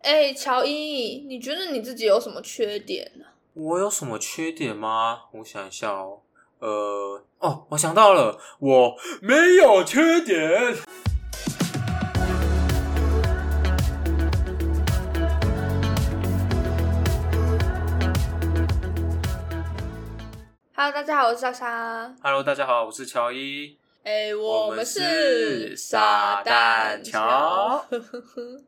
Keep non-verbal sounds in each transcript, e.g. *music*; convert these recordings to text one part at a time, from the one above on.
哎、乔伊，你觉得你自己有什么缺点呢、我有什么缺点吗？我想一下哦，呃，哦，我想到了，我没有缺点。 h e l l o 大家好，我是莎莎。 Hello，大家好，我是乔伊。哎、我们们是是傻蛋乔。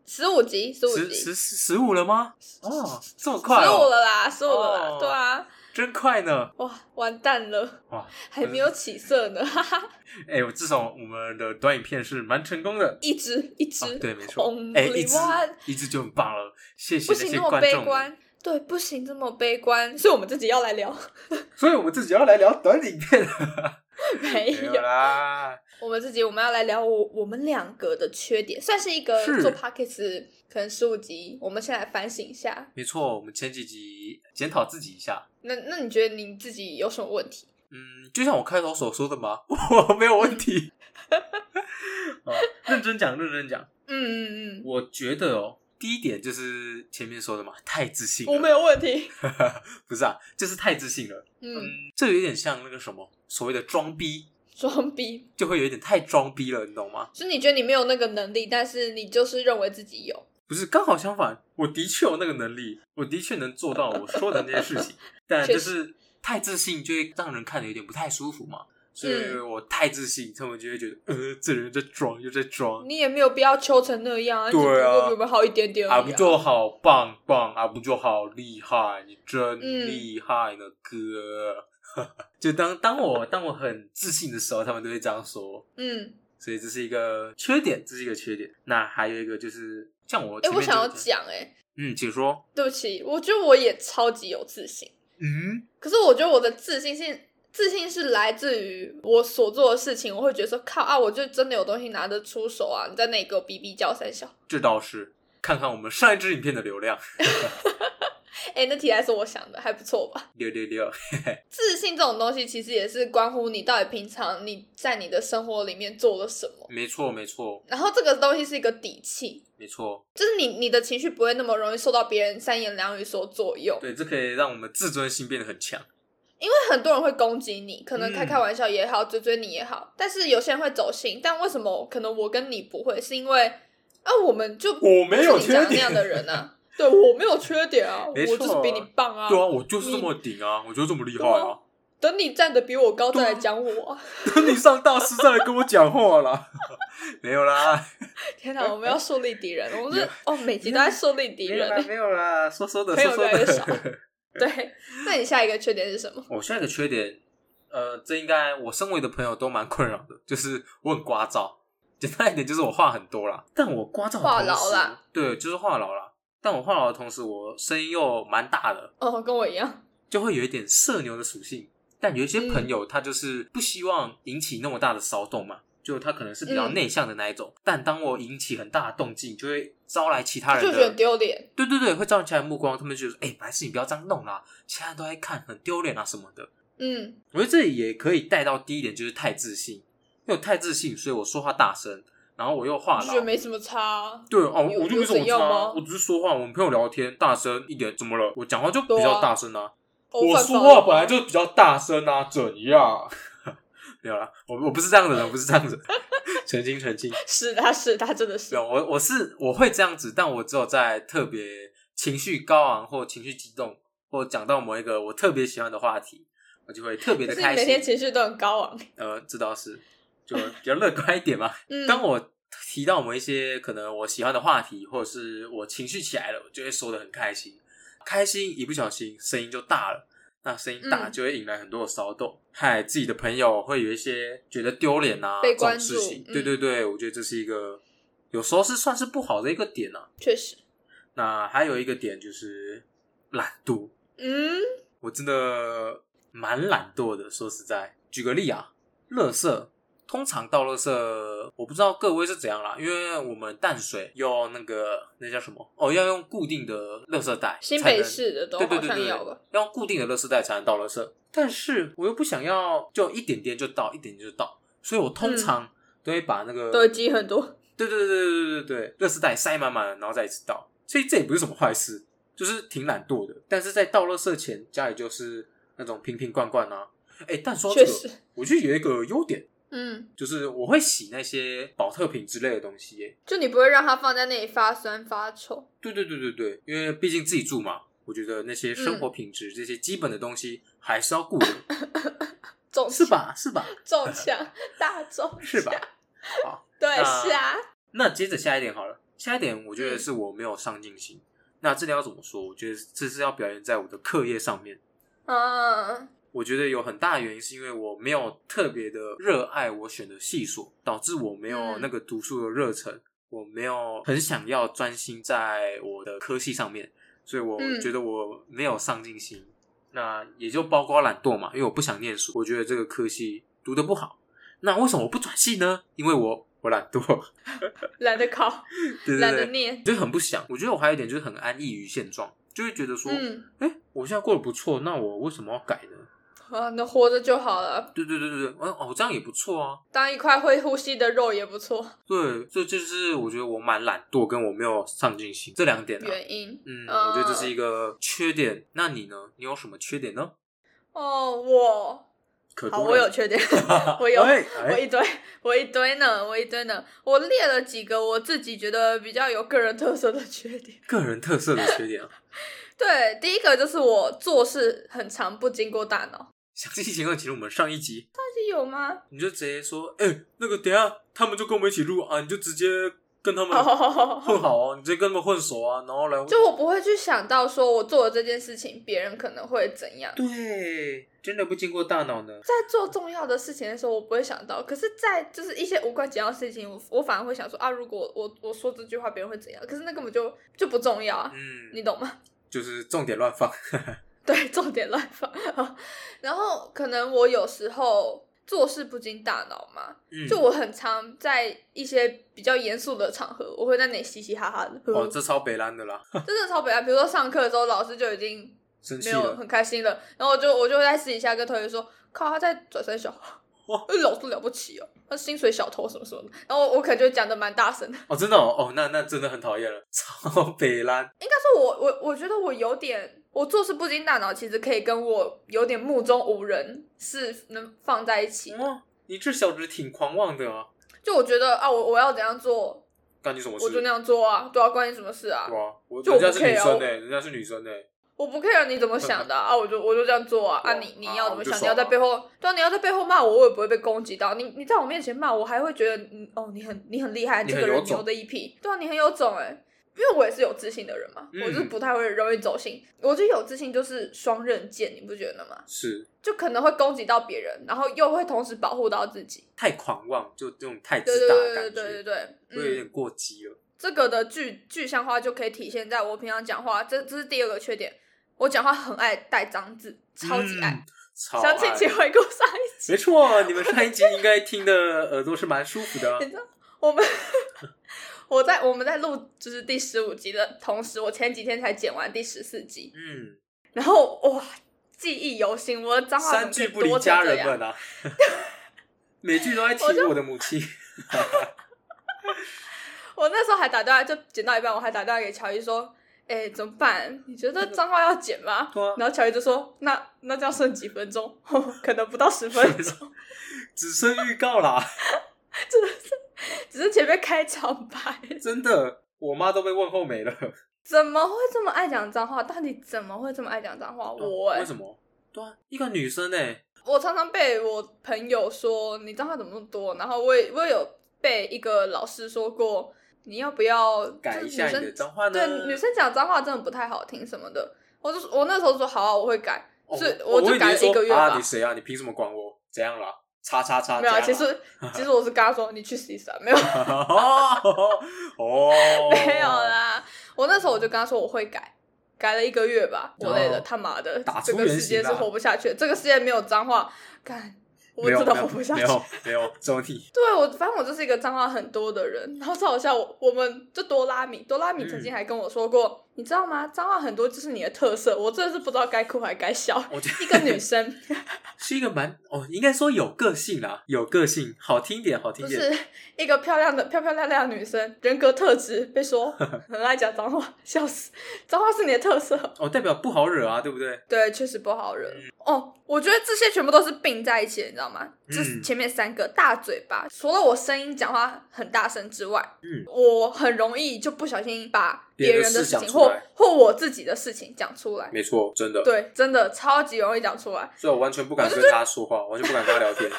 十五集，十五十集，十十五了吗？哦，这么十五快哦，了啦，十五了啦哦对啊，真快呢！哇，完蛋了，哇，还没有起色呢，哈哈，哎、我至少我们的短影片是蛮成功的。一只一只、啊，对，没错 Only，哎、一只 one 一只就很棒了，谢谢不那行些这么观悲众们。观，对，不行这么悲观，是我们自己要来聊， *laughs* 所以我们自己要来聊短影片了，没没有啦，我们自己我们要来聊我我们两个的缺点，算是一个是做 p o c k e t 可能十五集，我们先来反省一下。没错，我们前几集检讨自己一下。那那你觉得你自己有什么问题？嗯，就像我开头所说的嘛， *laughs* 我没有问题。 *laughs* 啊，认真讲，认真讲。嗯嗯嗯，我觉得哦，第一点就是前面说的嘛，太自信了。我没有问题。 *laughs* 不是啊，就是太自信了。 *laughs* 嗯，嗯，这有点像那个什么所谓的装逼，装逼，就会有一点太装逼了，你懂吗？就是你觉得你没有那个能力，但是你就是认为自己有。不是，刚好相反，我的确有那个能力，我的确能做到我说的那些事情，但确就是太自信就会让人看着有点不太舒服嘛。所以嗯我太自信，他们就会觉得，呃，这人在装，又在装。你也没有必要求成那样啊，对啊你只不过比我们好一点点而已、啊阿布啊就好棒棒，阿布就好厉害，你真嗯厉害呢，哥。 *laughs* 就当当我当我很自信的时候，他们都会这样说，嗯，所以这是一个缺点，这是一个缺点。那还有一个就是，像我哎、前面我想要就讲、哎，嗯，请说，对不起，我觉得我也超级有自信。嗯，可是我觉得我的自信是自信是来自于我所做的事情，我会觉得说靠啊，我就真的有东西拿得出手啊！你在那里给我逼逼叫三小，这倒是。看看我们上一支影片的流量，哎、那题还是我想的，还不错吧？六六六，自信这种东西其实也是关乎你到底平常你在你的生活里面做了什么，没错没错然后这个东西是一个底气。没错，就是你，你的情绪不会那么容易受到别人三言两语所左右，对，这可以让我们自尊心变得很强。因为很多人会攻击你，可能开嗯开玩笑也好，追追你也好，但是有些人会走心。但为什么可能我跟你不会？是因为啊，我们就我没有不是你讲的缺点那样的人啊。对我没有缺点啊，我没错啊就是比你棒啊。对啊，我就是这么顶啊，我就是这么厉害对啊啊。等你站得比我高对啊再来讲我啊。 *laughs* 等你上大师再来跟我讲话啦。 *laughs* 没有啦，天哪，我们要树立敌人，我们没是有哦，每集都在树立敌没有人啦，。没有啦，说说的，朋友说说越来越少 *laughs* 的。对，那你下一个缺点是什么？我下一个缺点，呃，这应该我身为的朋友都蛮困扰的，就是我很聒噪。简单一点就是我话很多啦，但我聒噪的话同痨时啦，对，就是话痨啦。但我话痨的同时，我声音又蛮大的，哦，跟我一样。就会有一点社牛的属性。但有一嗯些朋友他就是不希望引起那么大的骚动嘛，就他可能是比较嗯内向的那一种。但当我引起很大的动静，就会招来其他人就觉得的很丢脸。对对对，会招人其他人目光，他们就说：“哎、白痴，你不要这样弄啦，其他人都在看，很丢脸啊什么的。嗯”我觉得这里也可以带到第一点，就是太自信。因为我太自信，所以我说话大声，然后我又话就觉得痨。没什么差啊。对哦，有我就没什有怎么样差吗啊，我只是说话，我们朋友聊天大声一点，怎么了？我讲话就比对啊较大声啊，哦我犯说法了话吗本来就比较大声啊，怎样？ *laughs* 没有啦，我我不是这样的人，我不 *laughs* 是这样子，澄清澄清。是他是他真的是没有，我我是我会这样子，但我只有在特别情绪高昂或情绪激动，或讲到某一个我特别喜欢的话题，我就会特别可的是你开每天心。情绪都很高昂。呃，这倒是就比较乐观一点嘛。嗯，当我提到某一些可能我喜欢的话题，或者是我情绪起来了，我就会说的很开心。开心一不小心声音就大了，那声音大嗯就会引来很多的骚动，害自己的朋友会有一些觉得丢脸啊被这种关事注情。嗯对对对，我觉得这是一个有时候是算是不好的一个点啊。确实，那还有一个点就是懒惰，嗯，我真的蛮懒惰的。说实在，举个例啊，垃圾通常倒垃圾，我不知道各位是怎样啦，因为我们淡水用那个那叫什么哦，要用固定的垃圾袋才新能，北市的都对对好对像对，有了。要用固定的垃圾袋才能倒垃圾。但是我又不想要就一点点就倒，一点点就倒，所以我通常都会把那个嗯都会积很多。对对对对对对对，热食袋塞满满的，然后再一次倒。所以这也不是什么坏事，就是挺懒惰的。但是在倒垃圾前，家里就是那种瓶瓶罐罐啊。哎、但说到确这实个，，我觉得有一个优点，嗯，就是我会洗那些保特瓶之类的东西耶。就你不会让它放在那里发酸发臭。对对对对对，因为毕竟自己住嘛，我觉得那些嗯生活品质、这些基本的东西还是要顾的， *laughs* 中是吧？是吧？中枪， *laughs* 大中是 *laughs* 吧枪？好，对，那是啊，那接着下一点好了，下一点我觉得嗯是我没有上进心。那这里要怎么说？我觉得这是要表现在我的课业上面。嗯，我觉得有很大的原因是因为我没有特别的热爱我选的系所，导致我没有嗯那个读书的热忱，我没有很想要专心在我的科系上面，所以我嗯觉得我没有上进心。那也就包括懒惰嘛，因为我不想念书，我觉得这个科系读的不好。那为什么我不转系呢？因为我我懒惰，懒得考，对对懒得对，念，就很不想。我觉得我还有一点就是很安逸于现状，就会觉得说，哎、嗯，我现在过得不错，那我为什么要改呢？啊，能活着就好了，对对对对对，嗯哦，这样也不错啊。当一块会呼吸的肉也不错。对，这就是我觉得我蛮懒惰，跟我没有上进心这两点、啊。原因嗯，嗯我觉得这是一个缺点。那你呢？你有什么缺点呢？哦，我可多好，了我有，缺 *laughs* 点，我有，哎我哎一堆，我一堆呢，我一堆呢，我列了几个我自己觉得比较有个人特色的缺点。个人特色的缺点啊。对，第一个就是我做事很常不经过大脑，详细情况，其实我们上一集到底有吗？ *laughs* 你就直接说，哎、那个等一下他们就跟我们一起录啊，你就直接跟他们混 *laughs* 哦，好哦，你直接跟他们混熟啊，然后来就我不会去想到说我做了这件事情，别人可能会怎样。对，真的不经过大脑呢。在做重要的事情的时候，我不会想到；可是，在就是一些无关紧要的事情，我我反而会想说啊，如果我我说这句话，别人会怎样？可是那根本就就不重要啊，你嗯，懂吗？ *laughs* 就是重点乱放。对，重点乱放。然后可能我有时候做事不经大脑嘛，嗯，就我很常在一些比较严肃的场合，我会在那里嘻嘻哈哈的，呵呵哦，这超北兰的啦，真的超北哀。比如说上课的时候，老师就已经生气没有了。很开心了，然后我就我就会在私底下跟同学说，靠，他在转身小，哇哎老师了不起哦，他薪水小偷什么什么的，然后我可能就讲的蛮大声的。哦，真的哦，哦，那那真的很讨厌了， *laughs* 超北兰。但是我我我觉得我有点，我做事不经大脑，其实可以跟我有点目中无人是能放在一起的。哦，你这小子挺狂妄的啊，就我觉得啊，我我要怎样做，干你什么事？我就那样做啊，对啊，关你什么事啊？哇，我就人我家不是女 care 啊生我呢、人家是女生呢、欸我不 care 你怎么想的啊，啊我就我就这样做啊，对啊啊你你啊要怎么我就想，你爽啊要在背后，对啊，你要在背后骂我，我也不会被攻击到。你你在我面前骂我，还会觉得你哦，你很你很厉害，你这很个有人种牛的一批，对啊，你很有种哎、因为我也是有自信的人嘛，嗯我就是不太会容易走心。我觉得有自信就是双刃剑，你不觉得吗？是就可能会攻击到别人，然后又会同时保护到自己。太狂妄，就这种太对自对大的感对觉，对对对对，会有嗯。点过激了。这个的具具象化就可以体现在我平常讲话，这这是第二个缺点。我讲话很爱带脏字，超级爱嗯。，超详情爱请回顾上一集。没 *laughs* 错，你们上一集应该听的耳朵是蛮舒服的啊。我们我在我们在录就是第十五集的同时，我前几天才剪完第十四集，嗯，然后哇，记忆犹新，我的脏话三怎句么不可以离多家成这人样？们啊， *laughs* 每句都在提我的 *laughs* 母亲。我那时候还打电话，就剪到一半，我还打电话给乔伊说。哎、怎么办？你觉得脏话要剪吗？对啊然后乔伊就说：“那那这样剩几分钟？ *laughs* 可能不到十分 *laughs* 钟。”只剩预告啦，只是前面开场白，真的，我妈都被问候没了。怎么会这么爱讲脏话？到底怎么会这么爱讲脏话？我、欸哦为，什么？对啊，一个女生呢、我常常被我朋友说你脏话怎么那么多，然后我也我也有被一个老师说过，你要不要改一下就是女你的生脏话呢？哦对女生讲脏话真的不太好听什么的，我就我那时候说好啊，我会改，哦，所以我就以为改了说一个月吧。啊，你谁啊？你凭什么管我？怎样啦？叉叉叉，没有啊，怎其样啦实其实我是跟他说你去洗澡，没有哦 *laughs* 哦， *laughs* 没有，啦。我那时候我就跟他说我会改，改了一个月吧之类的。哦他妈的打，这出个原世界形是啊活不下去的，这个世界没有脏话，干，我没有真的没有活不下没去。有没有，只有你对我，反正我嗯就是一个脏话很多的人。然后超好笑，我我们就多拉米，多拉米曾经还跟我说过，你知道吗？脏话很多就是你的特色，我真的是不知道该哭还该 *laughs* 笑。我觉得一个女 *laughs* 生是一个蛮哦，应该说有个性啦，有个性，好听点，好听就点。是一个漂亮的漂漂亮亮的女生，人格特质被说很爱讲脏话，笑死！脏话是你的特色，哦，代表不好惹啊，对不对？对，确实不好惹。哦，我觉得这些全部都是并在一起的，你知道吗？嗯就是前面三个大嘴巴，除了我声音讲话很大声之外，嗯，我很容易就不小心把别人人的的事事讲情出或来或我自己的事情讲出来。没错，真的。对，真的超级容易讲出来。所以我完全不敢我就跟他说话，完全不敢跟他聊天。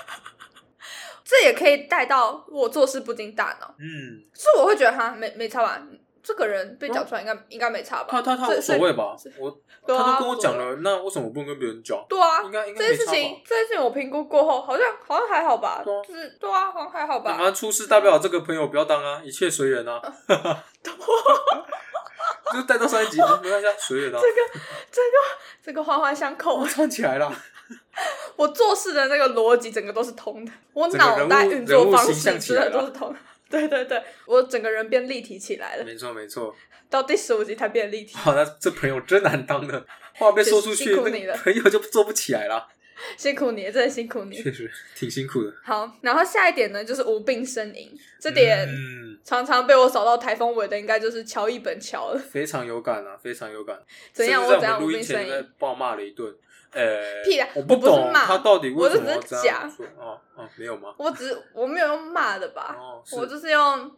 这也可以带到我做事不经大脑，嗯，所以我会觉得哈，没没差吧？这个人被讲出来应该、应该没差吧？他他他这无所谓吧这？我哦对啊他都跟我讲无所了，那为什么我不能跟别人讲？对啊应，该应该这件没事差情吧？这件事情我评估过后，好像好像还好吧，对啊就是对啊，好像还好吧。啊，出事大不了这个朋友不要当啊，一切随缘啊。嗯 *laughs* 就带到上一集，没关系啊，随缘啊。这个环环相扣 *laughs* 我，串起来了，我做事的那个逻辑整个都是通的，我整个脑袋人物运作人物方形式象起真来的了都是通的。 *laughs* 对对对，我整个人变立体起来了，没错没错。到第十五集才变立体。好，那这朋友真难当的，话被说出去，辛苦那你了个朋友就做不起来了。辛苦你，真的辛苦你。确实挺辛苦的。好，然后下一点呢，就是无病呻吟，这点嗯，常常被我扫到台风尾的，应该就是乔一本乔了。非常有感啊，非常有感。怎样？甚我至怎在我样们无录病音前呻就在吟？暴骂了一顿。呃，屁啦我不我不懂是骂他到底为什么我要只是这样讲做哦哦，没有吗？我只是我没有用骂的吧，哦，是我就是用没啊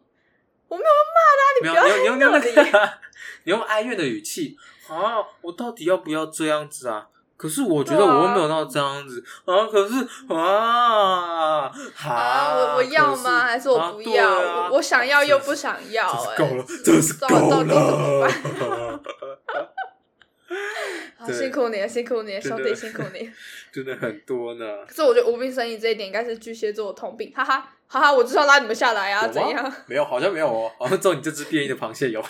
*laughs* 你有，不要你用你用你用那在那个， *laughs* 你用哀怨的语气啊，我到底要不要这样子啊？可是我觉得对啊我又没有到这样子啊，可是啊啊，我我要吗？还是我不要？我我想要又不想。想要、哎，真是够了，真 *laughs* 是到够到底怎么了，好对辛苦你了，辛苦你了，真兄的弟， *laughs* 辛苦你。 *laughs* 真的很多呢。可是我觉得无病呻吟这一点应该是巨蟹座的通病，哈哈哈哈！我就是要拉你们下来 *laughs* 啊，有吗怎样？ *laughs* 没有，好像没有哦，好像只有你这只变异的螃蟹有。 *laughs*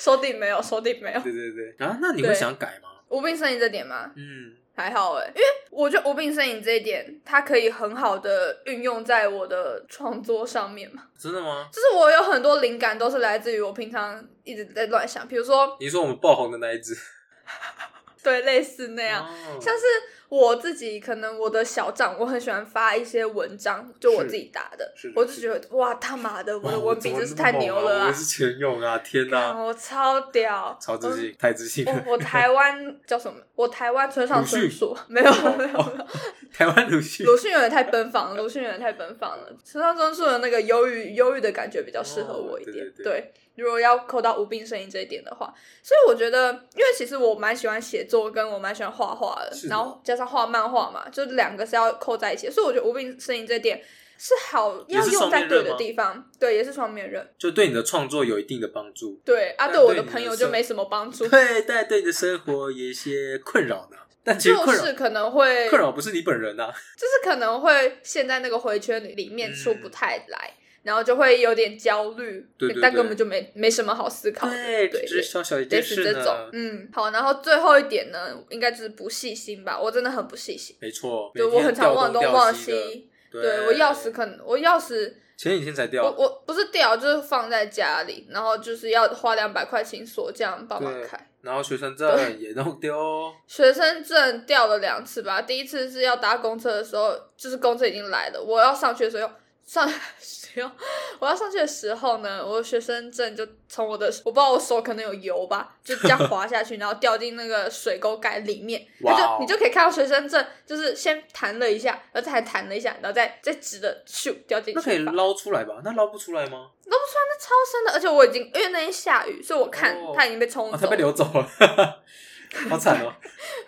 收定没有，收定没有。对对对，啊，那你会想改吗？无病呻吟这点吗？嗯，还好哎、因为我觉得无病呻吟这一点，它可以很好的运用在我的创作上面嘛。真的吗？就是我有很多灵感都是来自于我平常一直在乱想，比如说你说我们爆红的那一只，哦对类似那这样，像像是我自己可能我的小账，我很喜欢发一些文章，就我是自己打的是的，我就是觉得哇他妈的，我的我文笔真是太牛了啊！我啊！是全勇啊，天看 *laughs* 哪，我超屌，超自信，太自信我。了。我我台湾 *laughs* 叫什么？我台湾村上鲁迅春树没有哦没有没有，台湾鲁迅鲁迅有点太奔放 *laughs* 了，鲁迅有点太奔放了。村上春树的那个忧郁忧郁的感觉比较适合我一点。哦对对对如果要扣到无病呻吟这一点的话，所以我觉得，因为其实我蛮喜欢写作，跟我蛮喜欢画画的是，的然后加上画漫画嘛，就两个是要扣在一起的，所以我觉得无病呻吟这一点是好也要是用双在面刃对的吗地方，对，也是双面刃。就对你的创作有一定的帮助，对啊，但对我对的你朋的友就生没什么帮助，对，但对你的生活有一些困扰呢。但 *laughs* 其实就困是扰可能会困扰不是你本人啊呐，就是可能会陷在那个回圈里里面出不太来，然后就会有点焦虑，嗯对对对但根本就没没什么好思考的，对只是小小一类件似事这种呢，。嗯，好，然后最后一点呢，应该就是不细心吧，我真的很不细心，没错，对每天我很常调忘东东调忘西的，西，对我钥匙可能我钥匙前几天才掉，我我不是掉，就是放在家里，然后就是要花两百块请锁匠帮忙对开。然后学生证也弄丢 *laughs* 哦，学生证掉了两次吧，第一次是要搭公车的时候，就是公车已经来了，我要上去的时候，上时候我要上去的时候呢，我的学生证就从我的我不知道我手可能有油吧，就这样滑下去，然后掉进那个水沟盖里面，它哇哦就你就可以看到学生证就是先弹了一下，然后再弹了一下，然后再再直的咻掉进那可以去吧，捞出来吧？那捞不出来吗？那超深的，而且我已经因为那天下雨，所以我看哦它已经被冲啊，走他了，被流走了， *laughs* 好惨哦，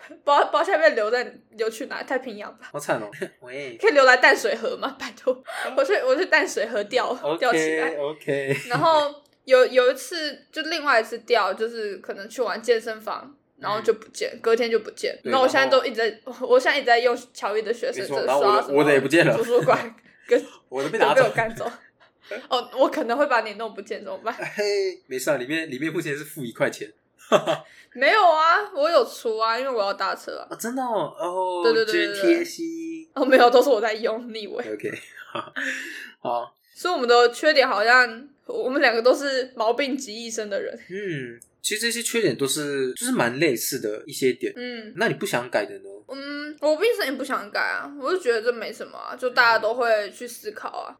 不知道不知道现在被流在流去哪太平洋吧。*laughs* 好惨哦。喂可以留来淡水河吗？ *laughs* 拜托，我去我去淡水河钓钓起嗯，OK 来。 OK，然后有有一次，就另外一次钓，就是可能去玩健身房，然后就不见，隔天就不见。嗯对然后我现在然后都一直在， *laughs* 我现在一直在用乔伊的学生没错证然后我的刷什么我的也不见了图书 *laughs* 馆跟我都被都拿被走我。赶 *laughs* 走。哦，我可能会把你弄不见，怎么办？嘿，没事啊，里面里面目前是付一块钱没有啊，我有出啊，因为我要搭车啊。啊，真的哦，哦，对对对对真对贴心。哦， *laughs* 没有，都是我在用，你以为？ OK，好，好，所以我们的缺点好像我们两个都是毛病集一身的人。嗯，其实这些缺点都是就是蛮类似的一些点。嗯那你不想改的呢？嗯，我并是也不想改啊，我就觉得这没什么啊，就大家都会去思考啊，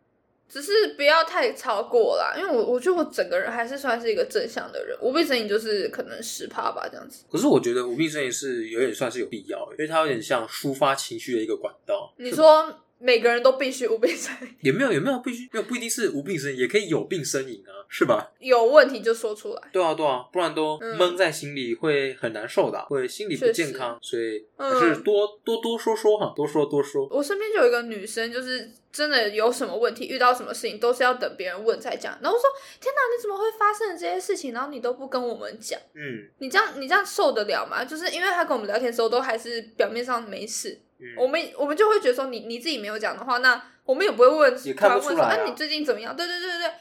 只是不要太超过啦，因为我我觉得我整个人还是算是一个正向的人，我病成瘾就是可能十趴吧这样子。可是我觉得无病呻吟是有点算是有必要，因为它有点像抒发情绪的一个管道。你说每个人都必须无病呻吟，也没有也没有必须没有不一定是无病呻吟，也可以有病呻吟啊，是吧？ *laughs* 有问题就说出来。对啊对啊，不然都嗯闷在心里会很难受的啊，会心理不健康，所以嗯哦还是多多多说说哈，多说多说。我身边就有一个女生，就是真的有什么问题，遇到什么事情都是要等别人问才讲。然后我说：“天哪，你怎么会发生这些事情？然后你都不跟我们讲，嗯你这样你这样受得了吗？”就是因为她跟我们聊天的时候都还是表面上没事，我嗯，们我们就会觉得说你你自己没有讲的话，那我们也不会问，也看不突然问出来啊说啊，你最近怎么样？对对对对对。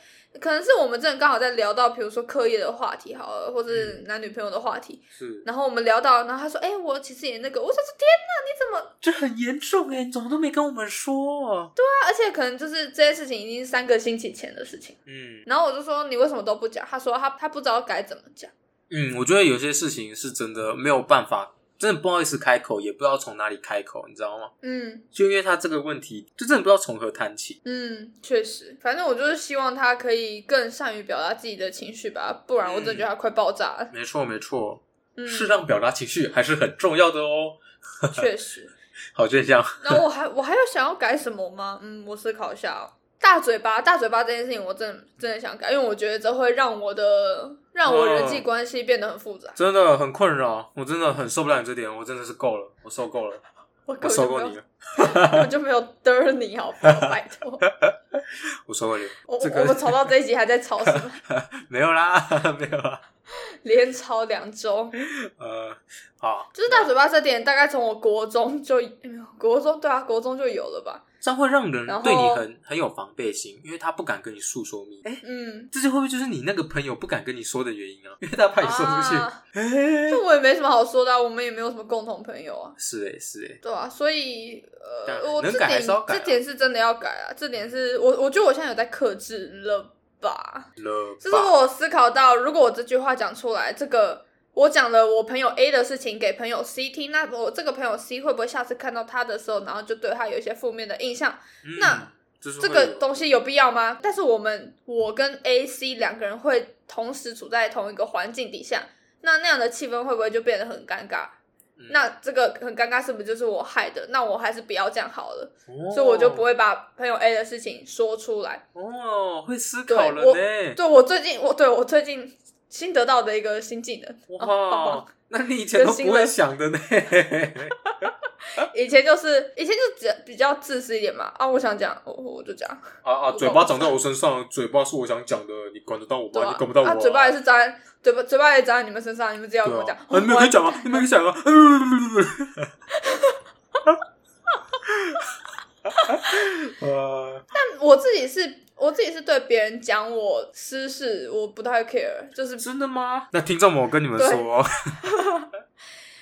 可能是我们真的刚好在聊到，比如说课业的话题好了，或是嗯男女朋友的话题，是，然后我们聊到，然后她说：“哎、我其实也那个。”我说：“天哪，你怎么这很严重哎，你怎么都没跟我们说？啊对，啊而且可能就是这件事情已经是三个星期前的事情，嗯然后我就说你为什么都不讲？他说他他不知道该怎么讲。嗯，我觉得有些事情是真的没有办法，真的不好意思开口，也不知道从哪里开口，你知道吗？嗯就因为他这个问题，就真的不知道从何谈起。嗯，确实，反正我就是希望他可以更善于表达自己的情绪吧，不然我真的觉嗯得他快爆炸了。没错，没错，嗯，适当表达情绪还是很重要的哦。确实。好正向，那我还我还有想要改什么吗？嗯，我思考一下哦。大嘴巴，大嘴巴这件事情，我真的真的想改，因为我觉得这会让我的让我人际嗯关系变得很复杂。真的很困扰，我真的很受不了你这点，我真的是够了，我受够了，我我根本受就没够有你，了，根本就没有嘚你，好不好？拜 *laughs* 托。我受够你了，我这个我们吵到这一集还在吵什么？ *laughs* 没有啦， *laughs* 没有啦，连吵两周，呃，好，就是大嘴巴这点，大概从我国中就没有国中对啊，国中就有了吧？这样会让人然后对你很很有防备心，因为他不敢跟你诉说你，哎、嗯，这就会不会就是你那个朋友不敢跟你说的原因啊？因 *laughs* 为他怕你说出去，啊，哎、这我也没什么好说的啊、我们也没有什么共同朋友啊，是哎、是哎、对啊，所以但呃，我能这改还点是要改啊这点是真的要改啊，这点是我我觉得我现在有在克制了吧？了就是吧，我思考到，如果我这句话讲出来，这个我讲了我朋友 A 的事情给朋友 C 听，那我这个朋友 C 会不会下次看到他的时候，然后就对他有一些负面的印象？嗯那就是这会个有东西有必要吗？但是我们我跟 A、C 两个人会同时处在同一个环境底下，那那样的气氛会不会就变得很尴尬？嗯那这个很尴尬，是不是就是我害的？那我还是不要这样好了，哦所以我就不会把朋友 A 的事情说出来。哦，会思考了呢，对我最近，我对我最近新得到的一个新技能，哦棒哇棒，那你以前都不会想的呢，啊以前就是以前就只比较自私一点嘛，啊，我想讲，我我就讲， *laughs* 啊啊，我嘴巴长在我身上，嘴巴是我想讲的，你管得到我对吗？吧、你管不到我、啊，嘴巴也是长在，嘴巴嘴巴也长在你们身上，你们只要跟对我讲啊，，啊，你们可以讲啊，你们可以讲 *laughs* 啊，呃，我自己是，我自己是对别人讲我私事，我不太 care，就是真的吗？那听众们，我跟你们说哦，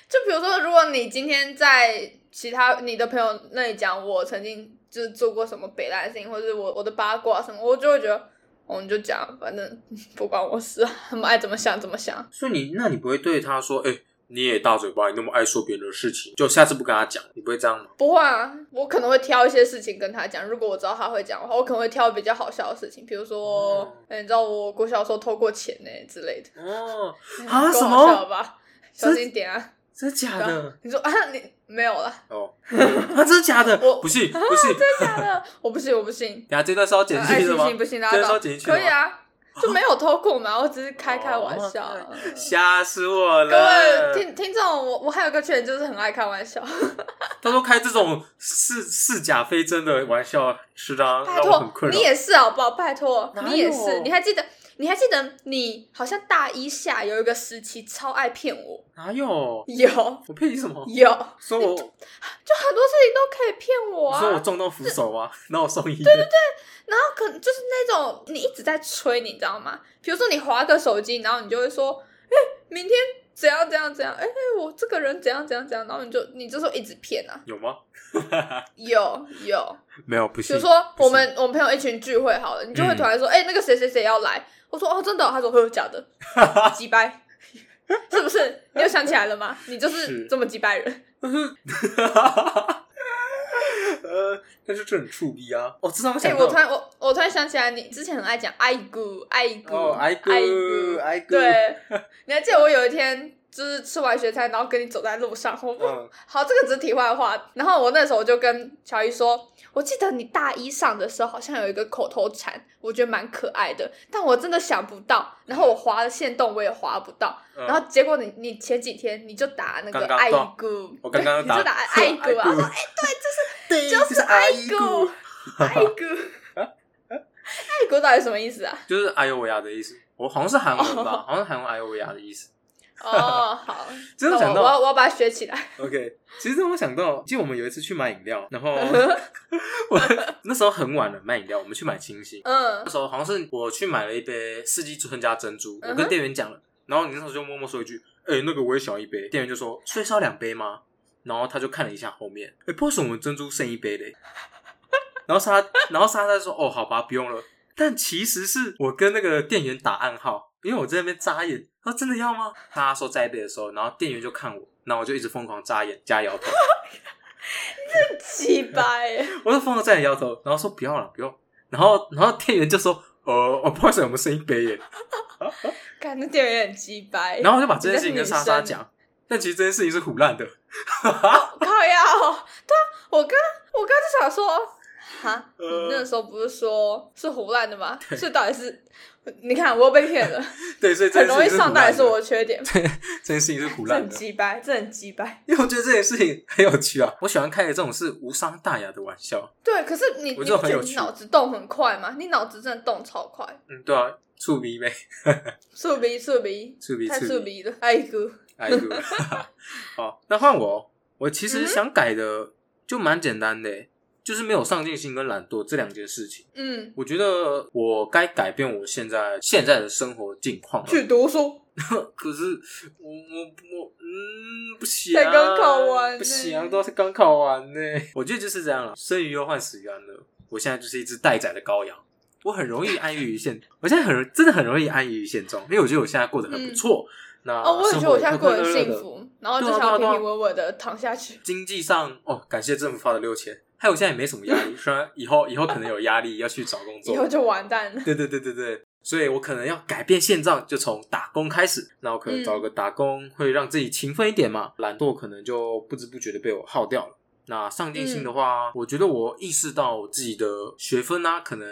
就比如说，如果你今天在其他你的朋友那里讲我曾经就是做过什么北烂的事情，或者是我我的八卦什么，我就会觉得。哦，你就讲，反正不关我事，他们爱怎么想怎么想。所以你那你不会对他说，哎、你也大嘴巴，你那么爱说别人的事情，就下次不跟他讲，你不会这样吗？不会啊，我可能会挑一些事情跟他讲。如果我知道他会讲的话，我可能会挑比较好笑的事情，比如说，嗯哎、你知道我国小时候偷过钱呢、之类的。哦，啊够什好笑么？了吧？小心一点啊！真的假的？你说啊，你没有了，哦，啊，真的假的？我不信，不 *laughs* 信，假的， *laughs* 我不信，我不信。等下这段是要剪啊进爱去的情吗？信不信拉这段是倒要剪进，去的可吗？以啊，就没有偷过嘛，我只是开开玩笑。哦吓死我各了！位听听众，我我还有个缺点就是很爱开玩 *laughs* 笑，他说开这种是是假非真的玩笑，是让拜让我很托困扰你。也是好不好？拜托哪有你也是，你还记得你还记得你好像大一下有一个时期超爱骗我，哪有？有 *laughs* 我骗你什么？有，就说我你很多事情都可以骗我啊。说我中到扶 *laughs* 手啊，然后我送医院。对对对，然后可能就是那种你一直在吹，你知道吗？比如说你划个手机，然后你就会说：“哎、明天怎样怎样怎样，哎、我这个人怎样怎样怎样，然后你就你这时候一直骗啊，有吗？有有，没有，不比信。如说不我是们我们朋友一群聚会好了，你就会嗯突然说，哎、那个谁谁谁要来，我说哦真的哦、他说会有假 *laughs* 的，几掰， *laughs* 是不是？你又想起来了吗？你就是是这么几掰人， *laughs* 呃，但是这很触逼啊！哦，这让我哎、想到，我突然我我突然想起来，你之前很爱讲爱姑爱姑哦，挨个挨个，对，你还记得我有一天就是吃完学餐，然后跟你走在路上，我不、嗯好，这个只是题外话。然后我那时候就跟乔伊说，我记得你大一上的时候好像有一个口头禅，我觉得蛮可爱的，但我真的想不到。然后我划了线动，我也划不到。嗯然后结果你你前几天你就打那个刚刚爱对啊姑，我刚刚对打你 *laughs* 就打爱姑啊，爱我姑说哎 *laughs* 对，就就是爱姑 *laughs* 姑，，爱姑，爱姑到底什么意思啊？就是哎呦喂呀的意思。我好像是韩文吧，哦好像韩文哎呦喂呀的意思。哦，好， *laughs* 真的那想我我到要我要把它学起来。 ，OK。其实让我想到，记得我们有一次去买饮料， *laughs* 然后 *laughs* 我那时候很晚了，买饮料，我们去买清新。嗯那，时候好像是我去买了一杯四季春加珍珠，嗯我哼跟店员讲了，然后你那时候就默默说一句：“哎、那个我也想要一杯。”店员就说：“所以是要两杯吗？”然后他就看了一下后面，哎、不为什么我们珍珠剩一杯嘞？然后沙，然后沙在说：“哦，好吧，不用了。”但其实是我跟那个店员打暗号，因为我在那边眨眼。他说：“真的要吗？”他说再一杯的时候，然后店员就看我，然后我就一直疯狂眨眼加摇头，鸡掰耶。我就疯狂在摇头，然后说不要了，不用。然后，然后店员就说：“呃，哦，不好意思，我们剩一杯耶。”看那店员很鸡掰，然后我就把这件事情跟莎莎讲，但其实这件事情是胡乱的。靠呀，对啊，我刚我刚就想说，哈，你呃那时候不是说是胡乱的 *laughs* 吗？这到底是，你看我又被骗了，对，所以这很件容事易情是胡上乱当也的。是我的缺点，这件事情是胡这乱很的，鸡掰，这很鸡掰。因为我觉得这件事情很有趣啊。我喜欢开的这种是无伤大雅的玩笑。对，可是你我你觉得不很觉有得你趣脑子动很快吗？你脑子真的动超快，嗯，对啊，触鼻呗，速鼻速鼻，触鼻太触速鼻，鼻了，哎哥，哎呦， *laughs* 好，那换我哦。我其嗯实哼想改的就蛮简单的，欸就是没有上进心跟懒惰这两件事情。嗯，我觉得我该改变我现在现在的生活境况了。去读书，可是我我我嗯不行、啊，才刚考完呢不行、啊，都是刚考完呢。我觉得就是这样了，生于忧患，死于安乐。我现在就是一只待宰的羔羊，我很容易安于于现，我现在很容真的很容易安于于现状，因为我觉得我现在过得很不错。那哦，我也觉得我现在过得很幸生活也快快乐乐的。福，然后就对啊想要对平啊平稳稳的躺下去。经济上哦，感谢政府发的六千，还有我现在也没什么压力，虽然以后以后可能有压力要去找工作，以后就完蛋了。 *laughs* 对对对对对，所以我可能要改变现状，就从打工开始。那我可能找个打工，会让自己勤奋一点嘛。懒惰可能就不知不觉的被我耗掉了。那上进心的话，我觉得我意识到我自己的学分啊，可能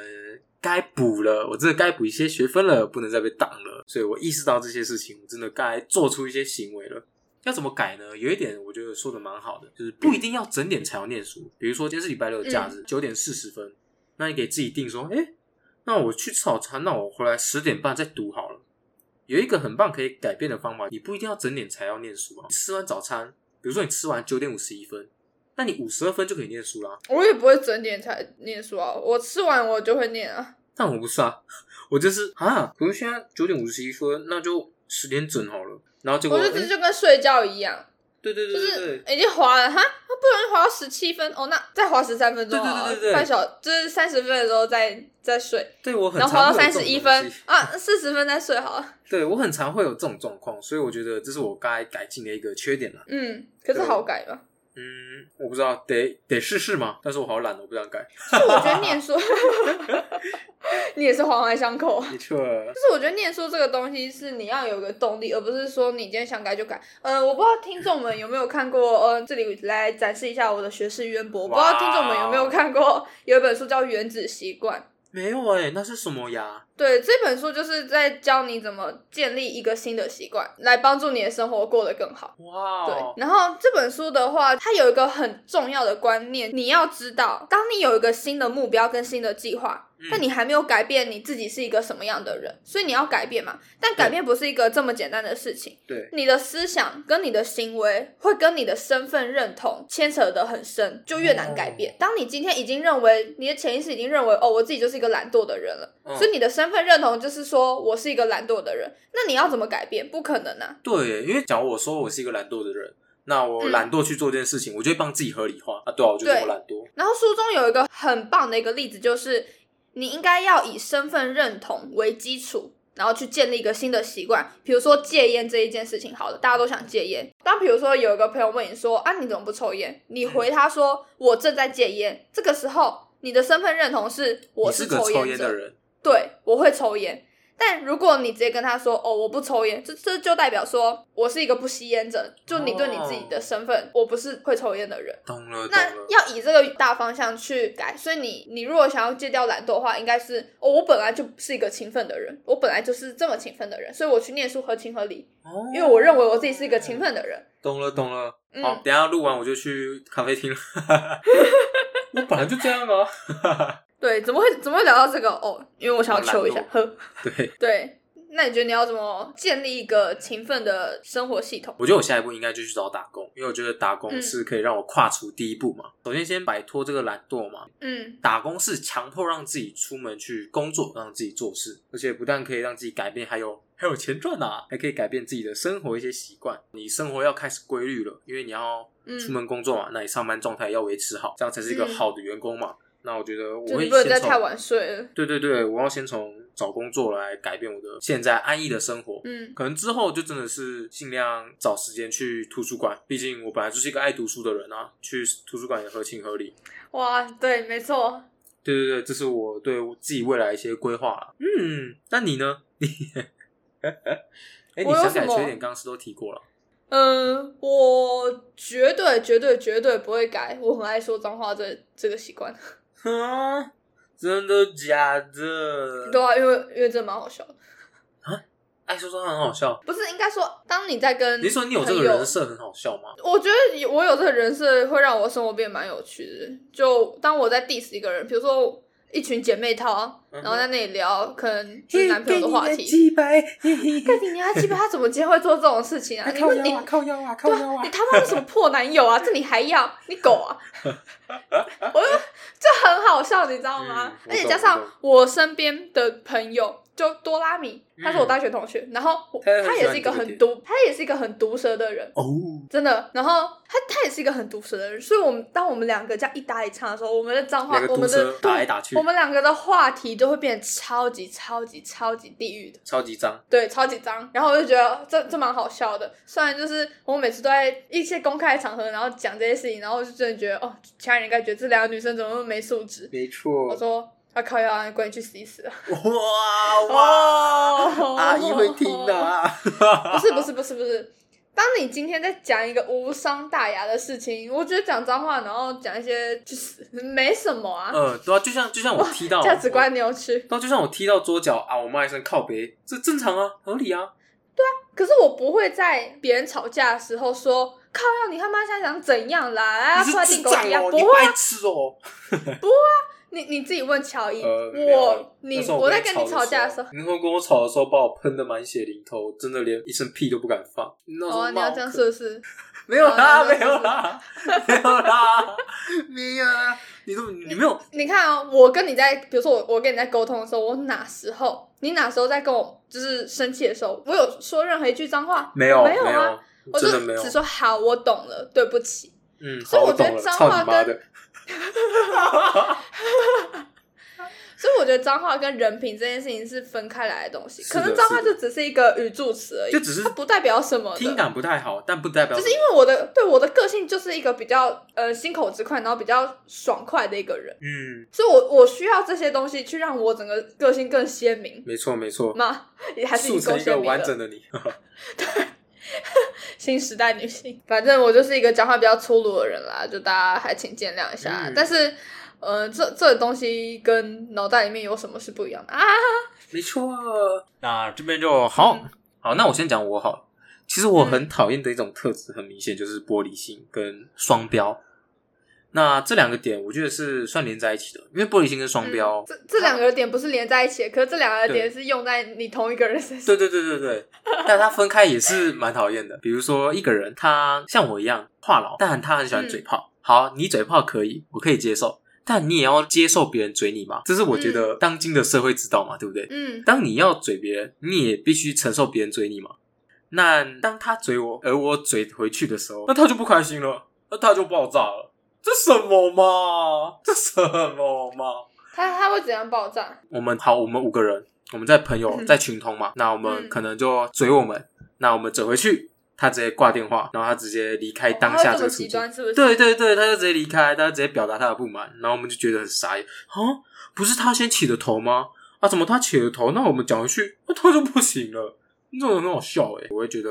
该补了，我真的该补一些学分了，不能再被挡了。所以我意识到这些事情，我真的该做出一些行为了。要怎么改呢？有一点我觉得说的蛮好的，嗯就是不一定要整点才要念书。比如说今天是礼拜六的假日，九点四十分，那你给自己定说，哎、那我去吃早餐，那我回来十点半再读好了。有一个很棒可以改变的方法，你不一定要整点才要念书啊。吃完早餐，比如说你吃完九点五十一分，那你五十二分就可以念书啦。我也不会整点才念书啊，我吃完我就会念啊。但我不是啊， *laughs* 我就是啊，可是现在九点五十一分，那就十点整好了。然后结果，我就诶这就跟睡觉一样，对对对就对是对，已经滑了哈，啊不容易滑到十七分哦，那再滑十三分钟好了，对对对对对半小就是三十分的时候再再睡，对我很然后滑常到会三有这种十一东分西啊，四十分再睡好了。对我很常会有这种状况，所以我觉得这是我该改进的一个缺点啦。嗯，可是好改吧？嗯，我不知道得得试试嘛，但是我好懒，我不想改。就我觉得念书， *laughs* 你也是环环相扣啊。没错，就是我觉得念书这个东西是你要有一个动力，而不是说你今天想改就改。呃，我不知道听众们有没有看过，呃，这里来展示一下我的学识渊博。我不知道听众们有没有看过，有一本书叫《原子习惯》。没有哎、那是什么呀？对，这本书就是在教你怎么建立一个新的习惯，来帮助你的生活过得更好。哇、对哦，，然后这本书的话，它有一个很重要的观念，你要知道，当你有一个新的目标跟新的计划，嗯但你还没有改变你自己是一个什么样的人，所以你要改变嘛。但改变不是一个这么简单的事情，对，你的思想跟你的行为会跟你的身份认同牵扯得很深，就越哦难改变。当你今天已经认为你的潜意识已经认为哦，我自己就是一个懒惰的人了，嗯所以你的身身份认同就是说我是一个懒惰的人，那你要怎么改变？不可能啊！对，因为假如我说我是一个懒惰的人，那我嗯懒惰去做这件事情，我就会帮自己合理化啊。对啊，我就是对我懒惰。然后书中有一个很棒的一个例子，就是你应该要以身份认同为基础，然后去建立一个新的习惯，比如说戒烟这一件事情。好了，大家都想戒烟。当比如说有一个朋友问你说啊，你怎么不抽烟？你回他说我正在戒烟。这个时候，你的身份认同是我你是个抽抽烟者，的人，对，我会抽烟。但如果你直接跟他说哦，我不抽烟，这这就代表说我是一个不吸烟者，就你对你自己的身份我不是会抽烟的人。懂了懂啊那了。要以这个大方向去改，所以你你如果想要戒掉懒惰的话，应该是哦，我本来就不是一个勤奋的人，我本来就是这么勤奋的人，所以我去念书合情合理，哦因为我认为我自己是一个勤奋的人。懂了懂了。嗯好，等一下录完我就去咖啡厅了。 *laughs* 我本来就这样啊。对，怎么会怎么会聊到这个？哦，因为我想要求一下懒，呵，对，对。那你觉得你要怎么建立一个勤奋的生活系统？我觉得我下一步应该就去找打工，因为我觉得打工嗯是可以让我跨出第一步嘛。首先先摆脱这个懒惰嘛，嗯打工是强迫让自己出门去工作，让自己做事，而且不但可以让自己改变，还有还有钱赚呐、啊还可以改变自己的生活一些习惯。你生活要开始规律了，因为你要嗯，出门工作嘛，那你上班状态要维持好，这样才是一个嗯好的员工嘛。那我觉得我就会你不能先再从太晚睡了。对对对，我要先从找工作来改变我的现在安逸的生活。嗯可能之后就真的是尽量找时间去图书馆，毕竟我本来就是一个爱读书的人啊，去图书馆也合情合理。哇，对，没错，对对对，这是我对我自己未来一些规划啊。嗯，那你呢？ *laughs* 你，哎，你我有想什改么缺点，刚刚是都提过了。嗯，我绝对、绝对、绝对不会改。我很爱说脏话这这个习惯，哼，真的假的？对啊，因为因为真的蛮好笑的。爱说说话很好笑。不是应该说，当你在跟你是说你有这个朋友人，设很好笑吗？我觉得有我有这个人设会让我生活变蛮有趣的。就当我在 diss 一个人，比如说一群姐妹淘，嗯哼然后在那里聊可能就是男朋友的话题。几百，盖蒂，你还记不？他怎么今天会做这种事情啊？ *laughs* 你你靠腰啊，对啊，你他妈为什么破男友啊？这你还要？你狗啊！我就就很好笑，你知道吗？嗯我懂而且加上我懂我身边的朋友，就多拉米，他是我大学同学，然后我嗯他很喜欢也是一个这个很点毒，他也是一个很毒舌的人。哦，真的，然后他他也是一个很毒舌的人，所以我们当我们两个这样一搭一唱的时候，我们的脏话两，个我毒们的舌打来打去我，们两个的话题都会变得超级超级超级地狱的。超级脏。对，超级脏。然后我就觉得这这蛮好笑的，虽然就是我每次都在一些公开场合，然后讲这些事情，然后我就真的觉得，哦，其他人应该觉得这两个女生怎么那么没素质。没我错，说。啊靠呀！你滚你去死一死啊！哇哦阿姨会听的、啊。 *laughs* 不是不是不是不是，当你今天在讲一个无伤大雅的事情，我觉得讲脏话，然后讲一些去死， *laughs* 没什么啊， *laughs* 呃，对啊，就像就像我踢到啊价值观扭曲。那就像我踢到桌角啊，我骂一声靠北，这正常啊，合理啊。可是我不会在别人吵架的时候说“靠呀，你他妈想想怎样啦？啊，你快是定智狗障一样”，哦，不你会啊白痴哦。你你自己问乔伊，呃，没有啊我你那时候我在跟跟你吵架的时时候，，你那时候跟我吵的时候，把我喷的满血淋头，真的连一声屁都不敢放。那时候哦，你要这样骂我是不 *laughs* 是？没有啦，哦那没时有候啦， *laughs* 没有啦，没有啦。你都你没有你看哦，我跟你在，比如说我我跟你在沟通的时候，我哪时候你哪时候在跟我就是生气的时候，我有说任何一句脏话？没有没有啊，有，我就真的没有只。说好，我懂了，对不起。嗯，所以好，我我觉得懂了，脏操话你妈跟的！所以我觉得脏话跟人品这件事情是分开来的东西，是可的能脏话是的就只是一个语助词而已，就只是它不代表什么的。听感不太好，但不代表就是什因么为我的对我的个性就是一个比较呃心口直快，然后比较爽快的一个人，嗯，所以我我需要这些东西去让我整个个性更鲜明没错没错，吗？也还是塑你够成一鲜个明完了。整的你。 *laughs* 新时代女性，反正我就是一个讲话比较粗鲁的人啦，就大家还请见谅一下。嗯但是，呃，这这东西跟脑袋里面有什么是不一样的啊？没错，那这边就好、嗯好，那我先讲我好了。其实我很讨厌的一种特质，很明显就是玻璃心跟双标。那这两个点，我觉得是算连在一起的，因为玻璃心跟嗯双标，这这两个点不是连在一起的，可是这两个点是用在你同一个人身上。 *laughs* 对对对对对，但他分开也是蛮讨厌的。比如说一个人，他像我一样话痨，但他很喜欢嘴炮。好，你嘴炮可以，我可以接受，但你也要接受别人追你嘛，这是我觉得当今的社会之道嘛，对不对？嗯，当你要嘴别人，你也必须承受别人嘴你嘛。那当他嘴我，而我嘴回去的时候，那他就不开心了，那他就爆炸了。这什么嘛？这什么嘛？他他会怎样爆炸？我们好，我们五个人，我们在朋友嗯在群通嘛，那我们可能就嘴我们，那我们嘴回去，他直接挂电话，然后他直接离开当哦他下会这这个么处极境。端是不是？对对对，他就直接离开，他就直接表达他的不满，然后我们就觉得很傻眼啊，不是他先起的头吗？啊，怎么他起了头？那我们讲回去，那、他就不行了，这种很好笑诶、我会觉得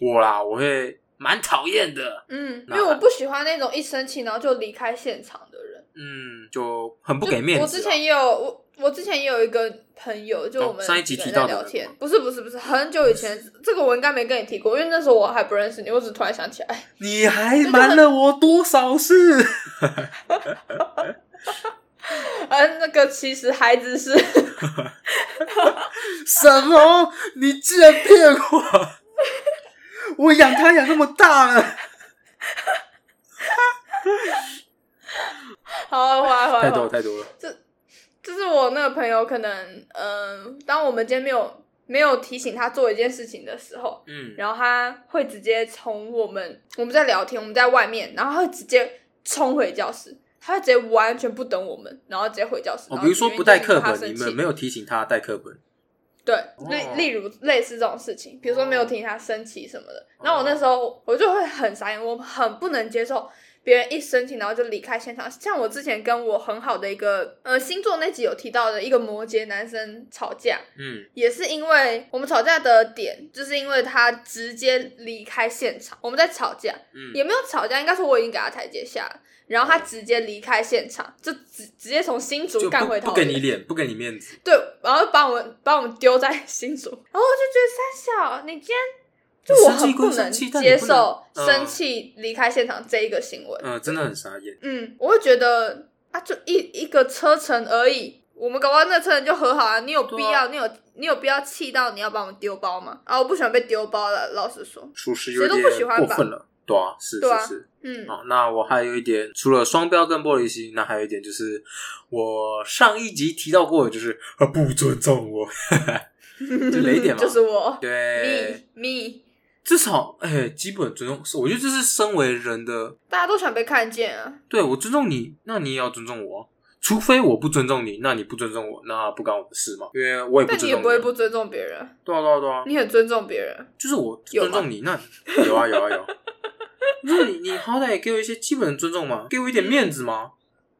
我啦，我会蛮讨厌的，嗯，因那为我不喜欢那种一生气然后就离开现场的人，嗯，就很不就给面子啊。我之前也有我。我之前也有一个朋友，就哦我们上一集几个提人到在的聊那个天吗，不是不是不是，很久以前，这个我应该没跟你提过，因为那时候我还不认识你，我只是突然想起来。 *laughs* 你还瞒了我多少事？啊，那个其实孩子是，什么？你竟然骗我！我养他养那么大了，好啊，好啊，好啊， *laughs* 太多了太多了。就是我那个朋友，可能嗯、当我们今天没有没有提醒他做一件事情的时候，嗯，然后他会直接从我们我们在聊天，我们在外面，然后他会直接冲回教室，他会直接完全不等我们，然后直接回教室。哦，然比后如说明明不带就是课他本，生你气们没有提醒他带课本。对，哦例例如类似这种事情，比如说没有听他生气什么的，哦然后我那时候我就会很傻眼，我很不能接受别人一生气然后就离开现场。像我之前跟我很好的一个呃星座那集有提到的一个摩羯男生吵架，嗯，也是因为我们吵架的点，就是因为他直接离开现场，我们在吵架，嗯哦也没有吵架，应该说我已经给他台阶下了，然后他直接离开现场，就直直接从新就竹干不回不桃给园，你脸，不给你面子。对，然后把我们把我们丢在新竹，然后我就觉得三小，你今天就我你生很气归能生气但你接不能受嗯生气离开现场这一个行为，嗯，真的很傻眼。嗯，我会觉得啊，就一一个车程而已，我们搞完那车程就和好啊。你有必对啊要，你有你有必要气到你要把我们丢包吗？啊，我不喜欢被丢包了，老实说，属实有谁都点不喜欢过吧分了。对啊，是对啊是是。嗯，好，那我还有一点，除了双标跟玻璃心，那还有一点就是，我上一集提到过的，就是呃不尊 *laughs* 重我， *laughs* 就雷点嘛。就是我对， ，me me，至少，哎、基本尊重，我觉得这是身为人的，大家都想被看见啊。对我尊重你，那你也要尊重我，除非我不尊重你，那你不尊重我，那不干我的事嘛，因为我也不但尊你重也不会啊不尊重别人，对啊对啊对啊，你很尊重别人。啊就是我有尊重你，那有啊有啊有啊， *laughs* 就是你你好歹也给我一些基本的尊重嘛，给我一点面子嘛，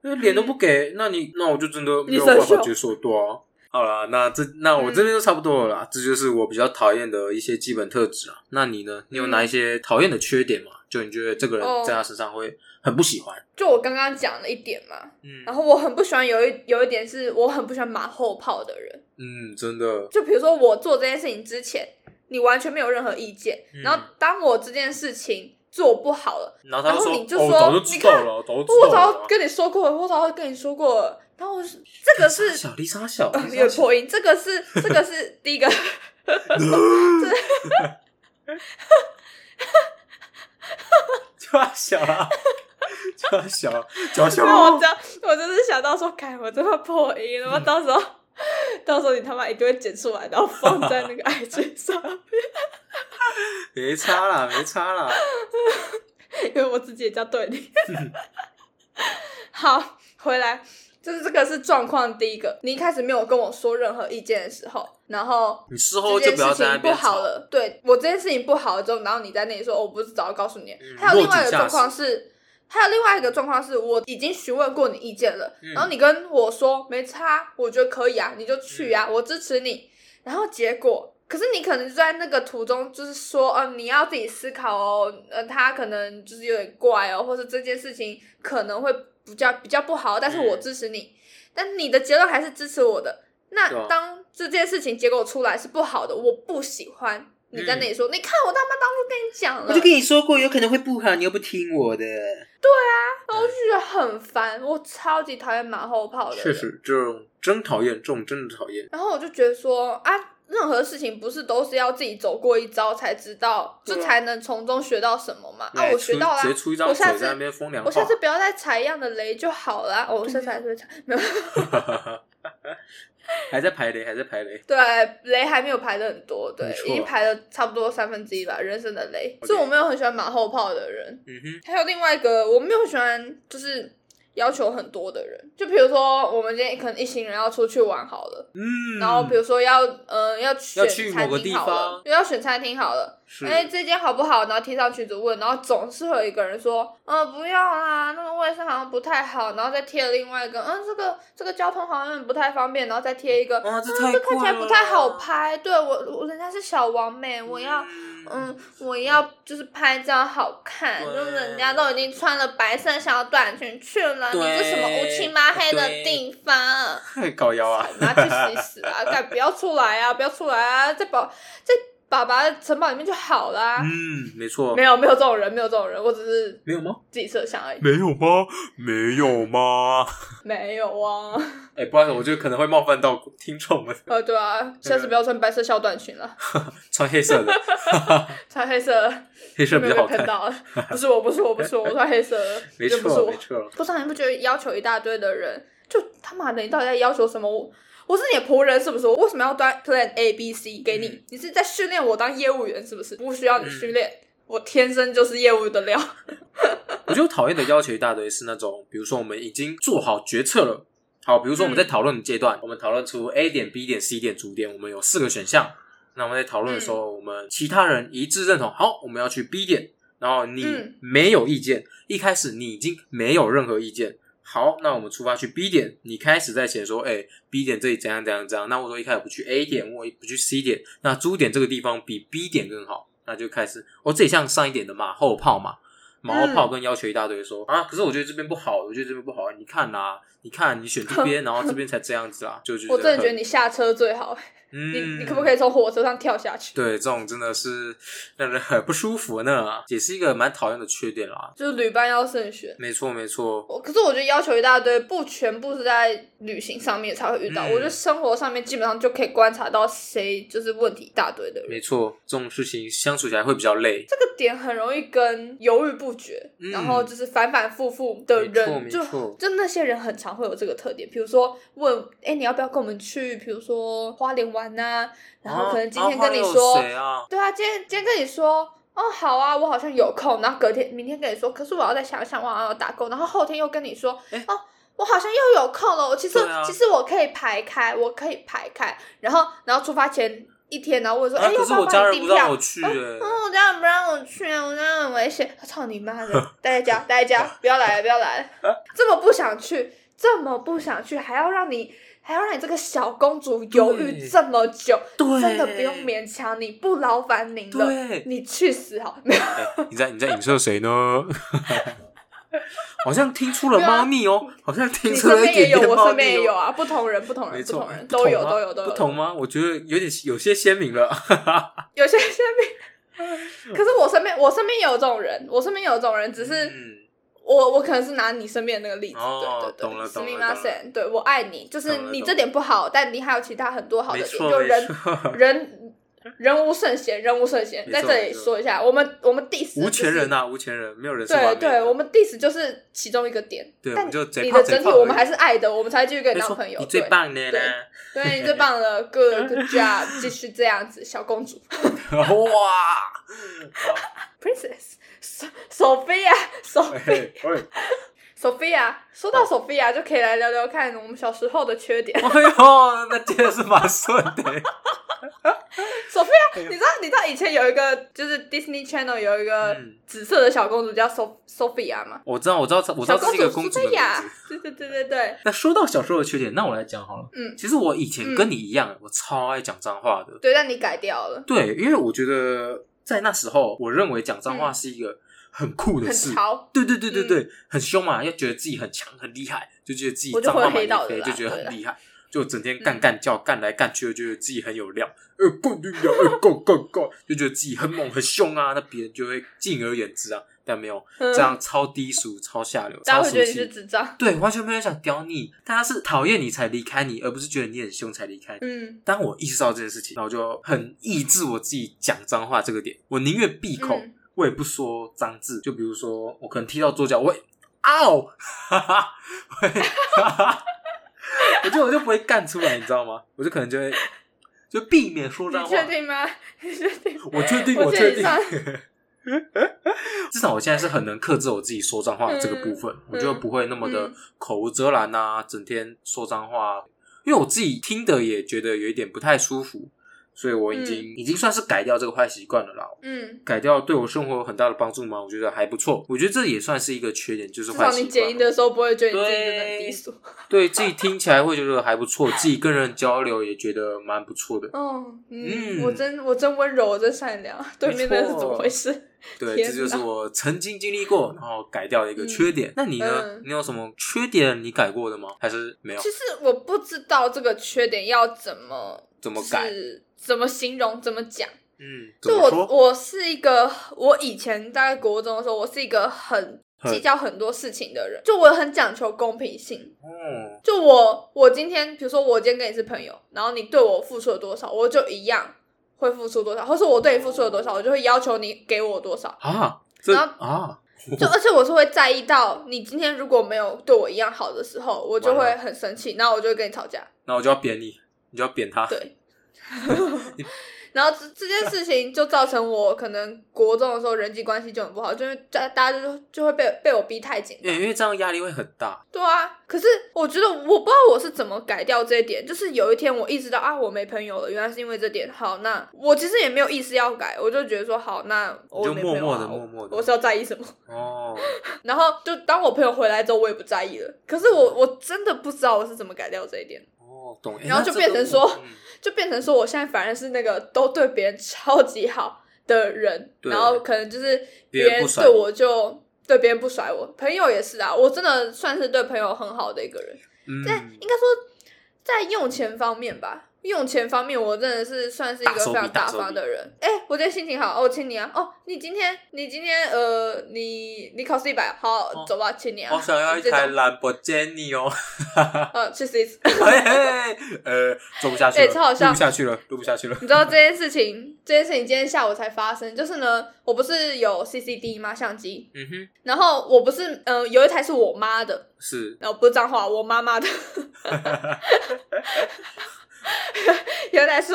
因为脸都不给，那你那我就真的没你有办生法锈接受，对啊。好啦，那这那我这边就差不多了啦，这就是我比较讨厌的一些基本特质啊。那你呢？你有哪一些讨厌的缺点吗？就你觉得这个人哦在他身上会很不喜欢？就我刚刚讲了一点嘛，嗯然后我很不喜欢有一有一点是我很不喜欢马后炮的人。嗯，真的，就比如说我做这件事情之前，你完全没有任何意见，嗯然后当我这件事情做不好了，然后他然后说：“你就哦，我说早就你知道看了，早就知我道早了就啊。跟你说过了，我早就跟你说过了。然后我是这个丽是莎 *laughs* 小丽莎小，呃丽莎有小破音，这个 *laughs* 是这个是第一个，就要小 *laughs* 啊，就要小啊，就要小然后我啊。这样，我就是想到说，改我这么破音，然后到时候、到时候你他妈一定会剪出来，然后放在 *laughs* 那个 IG 上，没差啦，没差啦。因为我自己也叫对你。 *laughs* 好，回来，就是这个是状况第一个，你一开始没有跟我说任何意见的时候，然后你事后这就件不要事在那情不边好吵。了，对我这件事情不好了之后，然后你在那里说，哦我不是早就告诉你了。嗯还有另外一落井个下状石况是，还有另外一个状况是我已经询问过你意见了，嗯然后你跟我说没差，我觉得可以啊，你就去嗯啊，我支持你。然后结果，可是你可能就在那个途中，就是说，嗯、你要自己思考哦，呃，他可能就是有点怪哦，或者这件事情可能会比较比较不好，但是我嗯支持你。但你的结论还是支持我的。对啊那当这件事情结果出来是不好的，我不喜欢。你在那里嗯说，你看我他妈当初跟你讲了，你说过，有可能会不好，你又不听我的。然后我就觉得很烦，我超级讨厌马后炮的。确。实，这种真讨厌，这种真的讨厌。然后我就觉得说啊，任何事情不是都是要自己走过一遭才知道，对啊就哎才能从中学到什么嘛？啊，来我学出到啦直接，出一张我嘴下次在那边风凉话。我下次不要再踩一样的雷就好啦。哦，我下次还是会踩，没有还在排雷，还在排雷。对雷还没有排的很多，对没，错已经排了差不多三分之一吧，人生的雷。 OK 所以我没有很喜欢马后炮的人，嗯哼，还有另外一个，我没有很喜欢就是要求很多的人，就比如说我们今天可能一行人要出去玩好了，嗯，然后比如说要呃要要选去餐某个地厅好了方，又要选餐厅好了，是，哎这间好不好？然后贴上群组问，然后总是会有一个人说，嗯、不要啦，那个卫生好像不太好，然后再贴另外一个，嗯、这个这个交通好像有点不太方便，然后再贴一个，哇这嗯 *laughs* 太这看起来怪不太好了拍，对我我人家是小王美，我要。嗯，嗯，我要就是拍照好看，对就是人家都已经穿了白色小短裙去了，你这什么乌漆麻黑的地方？搞腰啊，拿去洗洗啊！干不要出来啊！不要出来啊！在宝在爸爸的城堡里面就好啦。嗯，没错，没有没有这种人，没有这种人，我只是没有吗？自己设想而已。没有吗？没有吗？没有啊， *laughs* 哎、不好意思，我觉得可能会冒犯到听众们，呃对啊，下次不要穿白色小短裙了，穿黑色的，穿黑色的黑色比没较有好被喷看， *laughs* 到了。 *laughs* 不是我，不是我，不是我，我穿黑色的，没这不是错，我没。错，不知道你不觉得要求一大堆的人，就他妈的，你到底在要求什么？我我是你的仆人是不是？我为什么要端 plan A B C 给你？嗯你是在训练我当业务员是不是？不需要你嗯训练，我天生就是业务的料。我觉得我讨厌的要求一大堆是那种，比如说我们已经做好决策了，好，比如说我们在嗯讨论的阶段，我们讨论出 A 点、B 点、C 点、主点，我们有四个选项。那我们在讨论的时候，嗯我们其他人一致认同，好，我们要去 B 点，然后你嗯没有意见，一开始你已经没有任何意见。好，那我们出发去 B 点，你开始在前说，哎、b 点这里怎样怎样怎样，那我说一开始不去 A 点，我也不去 C 点，那主点这个地方比 B 点更好，那就开始，哦，这也像上一点的马后炮嘛，马嗯后炮跟要求一大堆说、啊，可是我觉得这边不好，我觉得这边不好，你看啦、你看你选这 *laughs* 边，然后这边才这样子啊，就就我真的觉得得，你下车最好，嗯你你可不可以从火车上跳下去？对，这种真的是让人很不舒服呢，也是一个蛮讨厌的缺点啦。就是旅伴要慎选。没错，没错，我可是我觉得要求一大堆，不全部是在旅行上面才会遇到。嗯我觉得生活上面基本上就可以观察到谁就是问题一大堆的人。没错，这种事情相处起来会比较累。这个点很容易跟犹豫不决，嗯然后就是反反复复的没人，错就没错就那些人很常会有这个特点。比如说问，哎、你要不要跟我们去？比如说花莲玩呐、然后可能今天跟你说，啊、谁啊？对啊，今天今天跟你说。哦，好啊，我好像有空，然后隔天、明天跟你说，可是我要再想想，我好像要打工，然后后天又跟你说，诶哦，我好像又有空了，我其实、哎对啊其实我可以排开，我可以排开，然后然后出发前一天，然后问说，哎、啊，要可是不要我家帮你人不订票让我？去、欸，嗯，我家人不让我去，啊我家人很危 *laughs* 险。操你妈的，待在家，待在家，不要来了，不要来 *laughs* 了。这么不想去，这么不想去，还要让你，还要让你这个小公主犹豫对这么久，对，真的不用勉强你，不劳烦您了，对，你去死好。 *laughs* 没有，哎你在你在影射谁呢？ *laughs* 好像听出了对啊猫腻哦，好像听你出身了一边也点有，点我猫身边也腻有哦。啊，不同人，不同没人，不错哎同，人不都有，同吗啊都有，都有。不同吗？我觉得有点有些鲜明 *laughs* 了。有些身哎边，可是我身边，我身边也有这种人，我身边也有这种人，只是。嗯，我我可能是拿你身边的那个例子，哦对对对，懂了す懂了み懂ま了せん对我爱你，就懂是了你懂这点不好，但你还有其他很多好的没点，错就没人 *laughs* 错，人人无圣贤，人无圣贤，在没错这里没错说一下，我们我们 diss 无权人呐、啊呐，无权人，没有人是对完美对，我的。们 diss 就是其中一个点，对，我但们就贼你怕的贼整体怕我们而还已是爱的，我们才继续跟你没当错朋友，你最对棒的呢对！对，你最棒了，good *laughs* good job，继续这样子，小公主哇， princess，索 *laughs* 索菲亚，索菲嘿嘿索菲亚，说到索菲亚，就可以来聊聊看我们小时候的缺点。 *laughs* 哎呦，那真的是蛮顺的。 *laughs* 索菲亚，哎呦你知道你知道以前有一个就是 Disney Channel 有一个嗯紫色的小公主叫 Sof Sophia 嘛，我知道，我知道，我知小道这公是一个主公主苏的菲名亚对字。，对对对对，那说到小时候的缺点，那我来讲好了。嗯，其实我以前跟你一样，我超爱讲脏话的。对，但你改掉了，对，因为我觉得在那时候，我认为讲脏话是一个很酷的嗯很事。潮，嗯对对对对对，很凶嘛，要觉得自己很强很厉害，就觉得自己我就脏话会黑蛮到厉的害，啦就觉得对啦嗯很厉害，就整天干干叫，干来干去，就觉得自己很有料，呃，干你娘，呃，干干干，就觉得自己很猛很凶啊，那别人就会敬而远之啊。但没有，嗯这样超低俗、超下流、大家会超俗觉得你是气。智障。对，完全没有人想屌你，大家是讨厌你才离开你，而不是觉得你很凶才离开你。嗯当我意识到这件事情，然后我就很抑制我自己讲脏话这个点，我宁愿闭口，嗯我也不说脏字。就比如说，我可能踢到桌角，我会嗷， *laughs* 哈哈，会，哈哈，我就我就不会干出来，你知道吗？我就可能就会就避免说脏你话。确定吗？ *laughs* 你确定？我确定，我我确确定定。 *laughs* 至少我现在是很能克制我自己说脏话的这个部分，我就不会那么的嗯口无遮拦啊，整天说脏话、因为我自己听的也觉得有一点不太舒服，所以我已经、已经算是改掉这个坏习惯了啦。嗯，改掉对我生活有很大的帮助吗？我觉得还不错。我觉得这也算是一个缺点，就是至坏少习你剪音惯。的时候不会觉得你自己真的很对低俗。对自己听起来会觉得还不错，自己跟人交流也觉得蛮不错的。哦，嗯，嗯我真我真温柔，我真善良，对面那是怎么回事？对，天这就是哪我曾经经 *laughs* 历过，然后改掉的一个缺点。那你呢？嗯你有什么缺点你改过的吗？还是没有其？实我不知道这个缺点要怎么怎就么改？是怎么形容，怎么讲。嗯，怎就么我说？我是一个，我以前大概国中的时候，我是一个很很计较很多事情的人，就我很讲求公平性。哦，就我我今天，比如说我今天跟你是朋友，然后你对我付出了多少，我就一样会付出多少，或是我对你付出了哦多少，我就会要求你给我多 *laughs* 少。啊，这然后啊，就而且我是会在意到你今天如果没有对我一样好的时候，我就完会了很生气，然后我就会跟你吵架。那我就要扁你，你就要扁他。对。 *laughs* 然后这这件事情就造成我可能国中的时候人际关系就很不好，就是大大家就就会被被我逼太紧。因为因为这样压力会很大。对啊，可是我觉得我不知道我是怎么改掉这一点，就是有一天我意识到啊，我没朋友了，原来是因为这点。好，那我其实也没有意识要改，我就觉得说好，那我也没朋友啊你就默默地默默地我我是要在意什么？ *laughs* 哦，然后就当我朋友回来之后，我也不在意了。可是嗯我我真的不知道我是怎么改掉这一点，哦，懂。诶然后就那这变个成说嗯就变成说我现在反而是那个都对别人超级好的人，对然后可能就是别别人人不甩对你我就对别人不甩我，朋友也是啊，我真的算是对朋友很好的一个人。 *laughs* 在嗯，应该说在用钱方面吧，用钱方面我真的是算是一个大非手笔常大大手笔方的人。哎、我今天心情好，哦，我请你啊。哦，你今天你今天呃，你你考试一百，好，哦走吧，请你啊。我想 *laughs* 要一这种台兰博基尼哦。呃，去死一次！嘿嘿，呃，做不下去诶了，哎超好笑录不下去了，录不下去了。你知道这件事情，这件事情今天下午才发生，就是呢，我不是有 CCD 吗？相机，嗯哼，然后我不是呃，有一台是我妈的，是然后不是脏话，我妈妈的。 *laughs* 原来是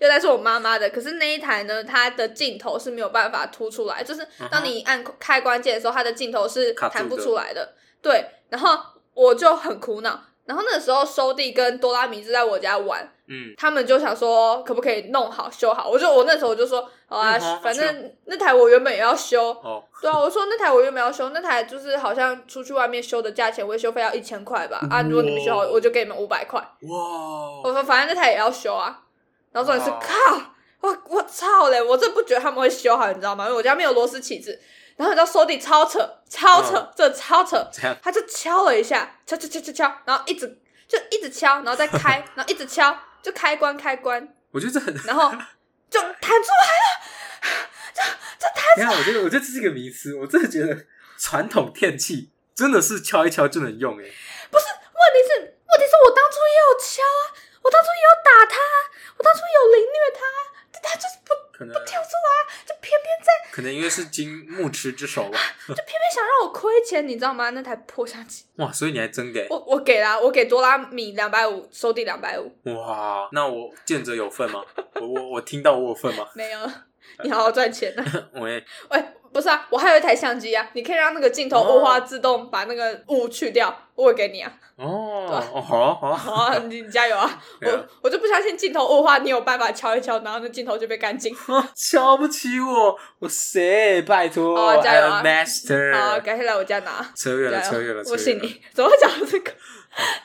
原来是我妈妈的，可是那一台呢，它的镜头是没有办法凸出来，就是嗯哼当你按开关键的时候，它的镜头是卡住的弹不出来的。对，然后我就很苦恼。然后那时候，收弟跟多拉米是在我家玩，嗯，他们就想说可不可以弄好修好。我就我那时候我就说，好啊，嗯好反正那台我原本也要修，哦，对啊，我说那台我又没有修，那台就是好像出去外面修的价钱，维修费要一千块吧。啊，如果你们修好，哇我就给你们五百块。我哇，说反正那台也要修啊。然后重点是哇靠，我我操嘞！我真不觉得他们会修好，你知道吗？因为我家没有螺丝起子。然后你知道收地超扯，超扯，嗯这超扯。这样他就敲了一下，敲敲敲敲敲，然后一直就一直敲，然后再 *laughs* 开，然后一直敲，就开关开关，我觉得这很然后就弹出 *laughs* 你看，我觉得，我觉得这是一个迷思。我真的觉得传统电器真的是敲一敲就能用诶、问欸题是，问题是我当初也有敲啊，我当初也有打他啊，我当初也有凌虐他啊，但他就是不可能跳出来啊，就偏偏在，可能因为是金木痴之手吧。就偏偏想让我亏钱，你知道吗？那台破相机，哇，所以你还真给我我给啦，我给多拉米两百五，收地两百五，哇？那我见者有份吗？我我我听到我有份吗？ *laughs* 没有，你好好赚钱呐、啊。喂，喂，不是啊，我还有一台相机啊，你可以让那个镜头哦雾化自动把那个雾去掉，我也给你啊。哦哦，好啊好啊， *laughs* 好啊，你你加油啊！对啊我我就不相信镜头雾化，你有办法敲一敲，然后那镜头就被干 *laughs* 净。瞧不起我，我谁？拜托、好啊加油啊 i m a 好， master。改天来我家拿。扯远了，加油扯远了，啊扯我信远了。 *laughs* 你。怎么会讲到这个？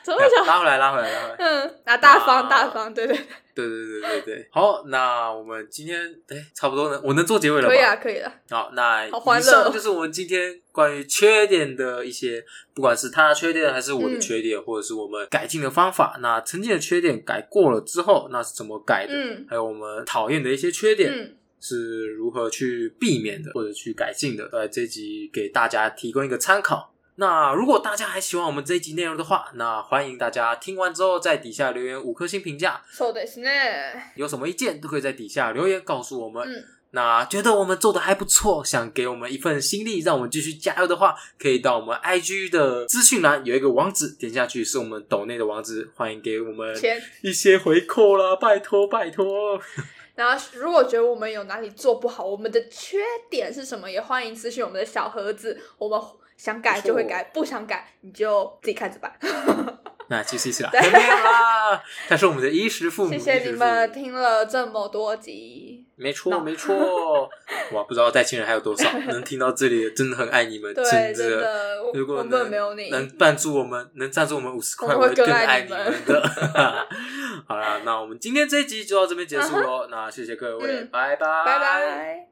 怎么会想？拉回来，拉回来，拉回来。嗯，啊，大方啊大方，对对，对对对对对对，好，那我们今天哎，差不多能，我能做结尾了吧？可以啊，可以了。好，那好欢以乐哦上就是我们今天关于缺点的一些，不管是他的缺点，还是嗯我的缺点，或者是我们改进的方法。那曾经的缺点改过了之后，那是怎么改的？嗯还有我们讨厌的一些缺点、嗯，是如何去避免的，或者去改进的？呃，这一集给大家提供一个参考。那如果大家还喜欢我们这一集内容的话，那欢迎大家听完之后在底下留言五颗星评价。そうですね。有什么意见都可以在底下留言告诉我们。嗯那觉得我们做的还不错，想给我们一份心力，让我们继续加油的话，可以到我们 IG 的资讯栏有一个网址，点下去是我们抖内的网址，欢迎给我们钱。一些回扣啦，拜托拜托。然后，如果觉得我们有哪里做不好，我们的缺点是什么，也欢迎咨询我们的小盒子，我们想改就会改，不想改你就自己看着办。那继续是啦，对还没有啦，他是我们的衣食父母，谢衣谢食你父母们，听了这么多集，没错闹没错，哇，不知道在亲人还有 *laughs* 多少能听到这里的，真的很爱你们，对， *laughs* 真真的，我如果我能们没有你，能赞助我们，能赞助我们五十块，我我们会会更更爱爱你你们们的。 *laughs* *laughs* 好啦，那我们今天这一集就到这边结束喽。那谢谢各位，啊嗯拜拜，拜拜。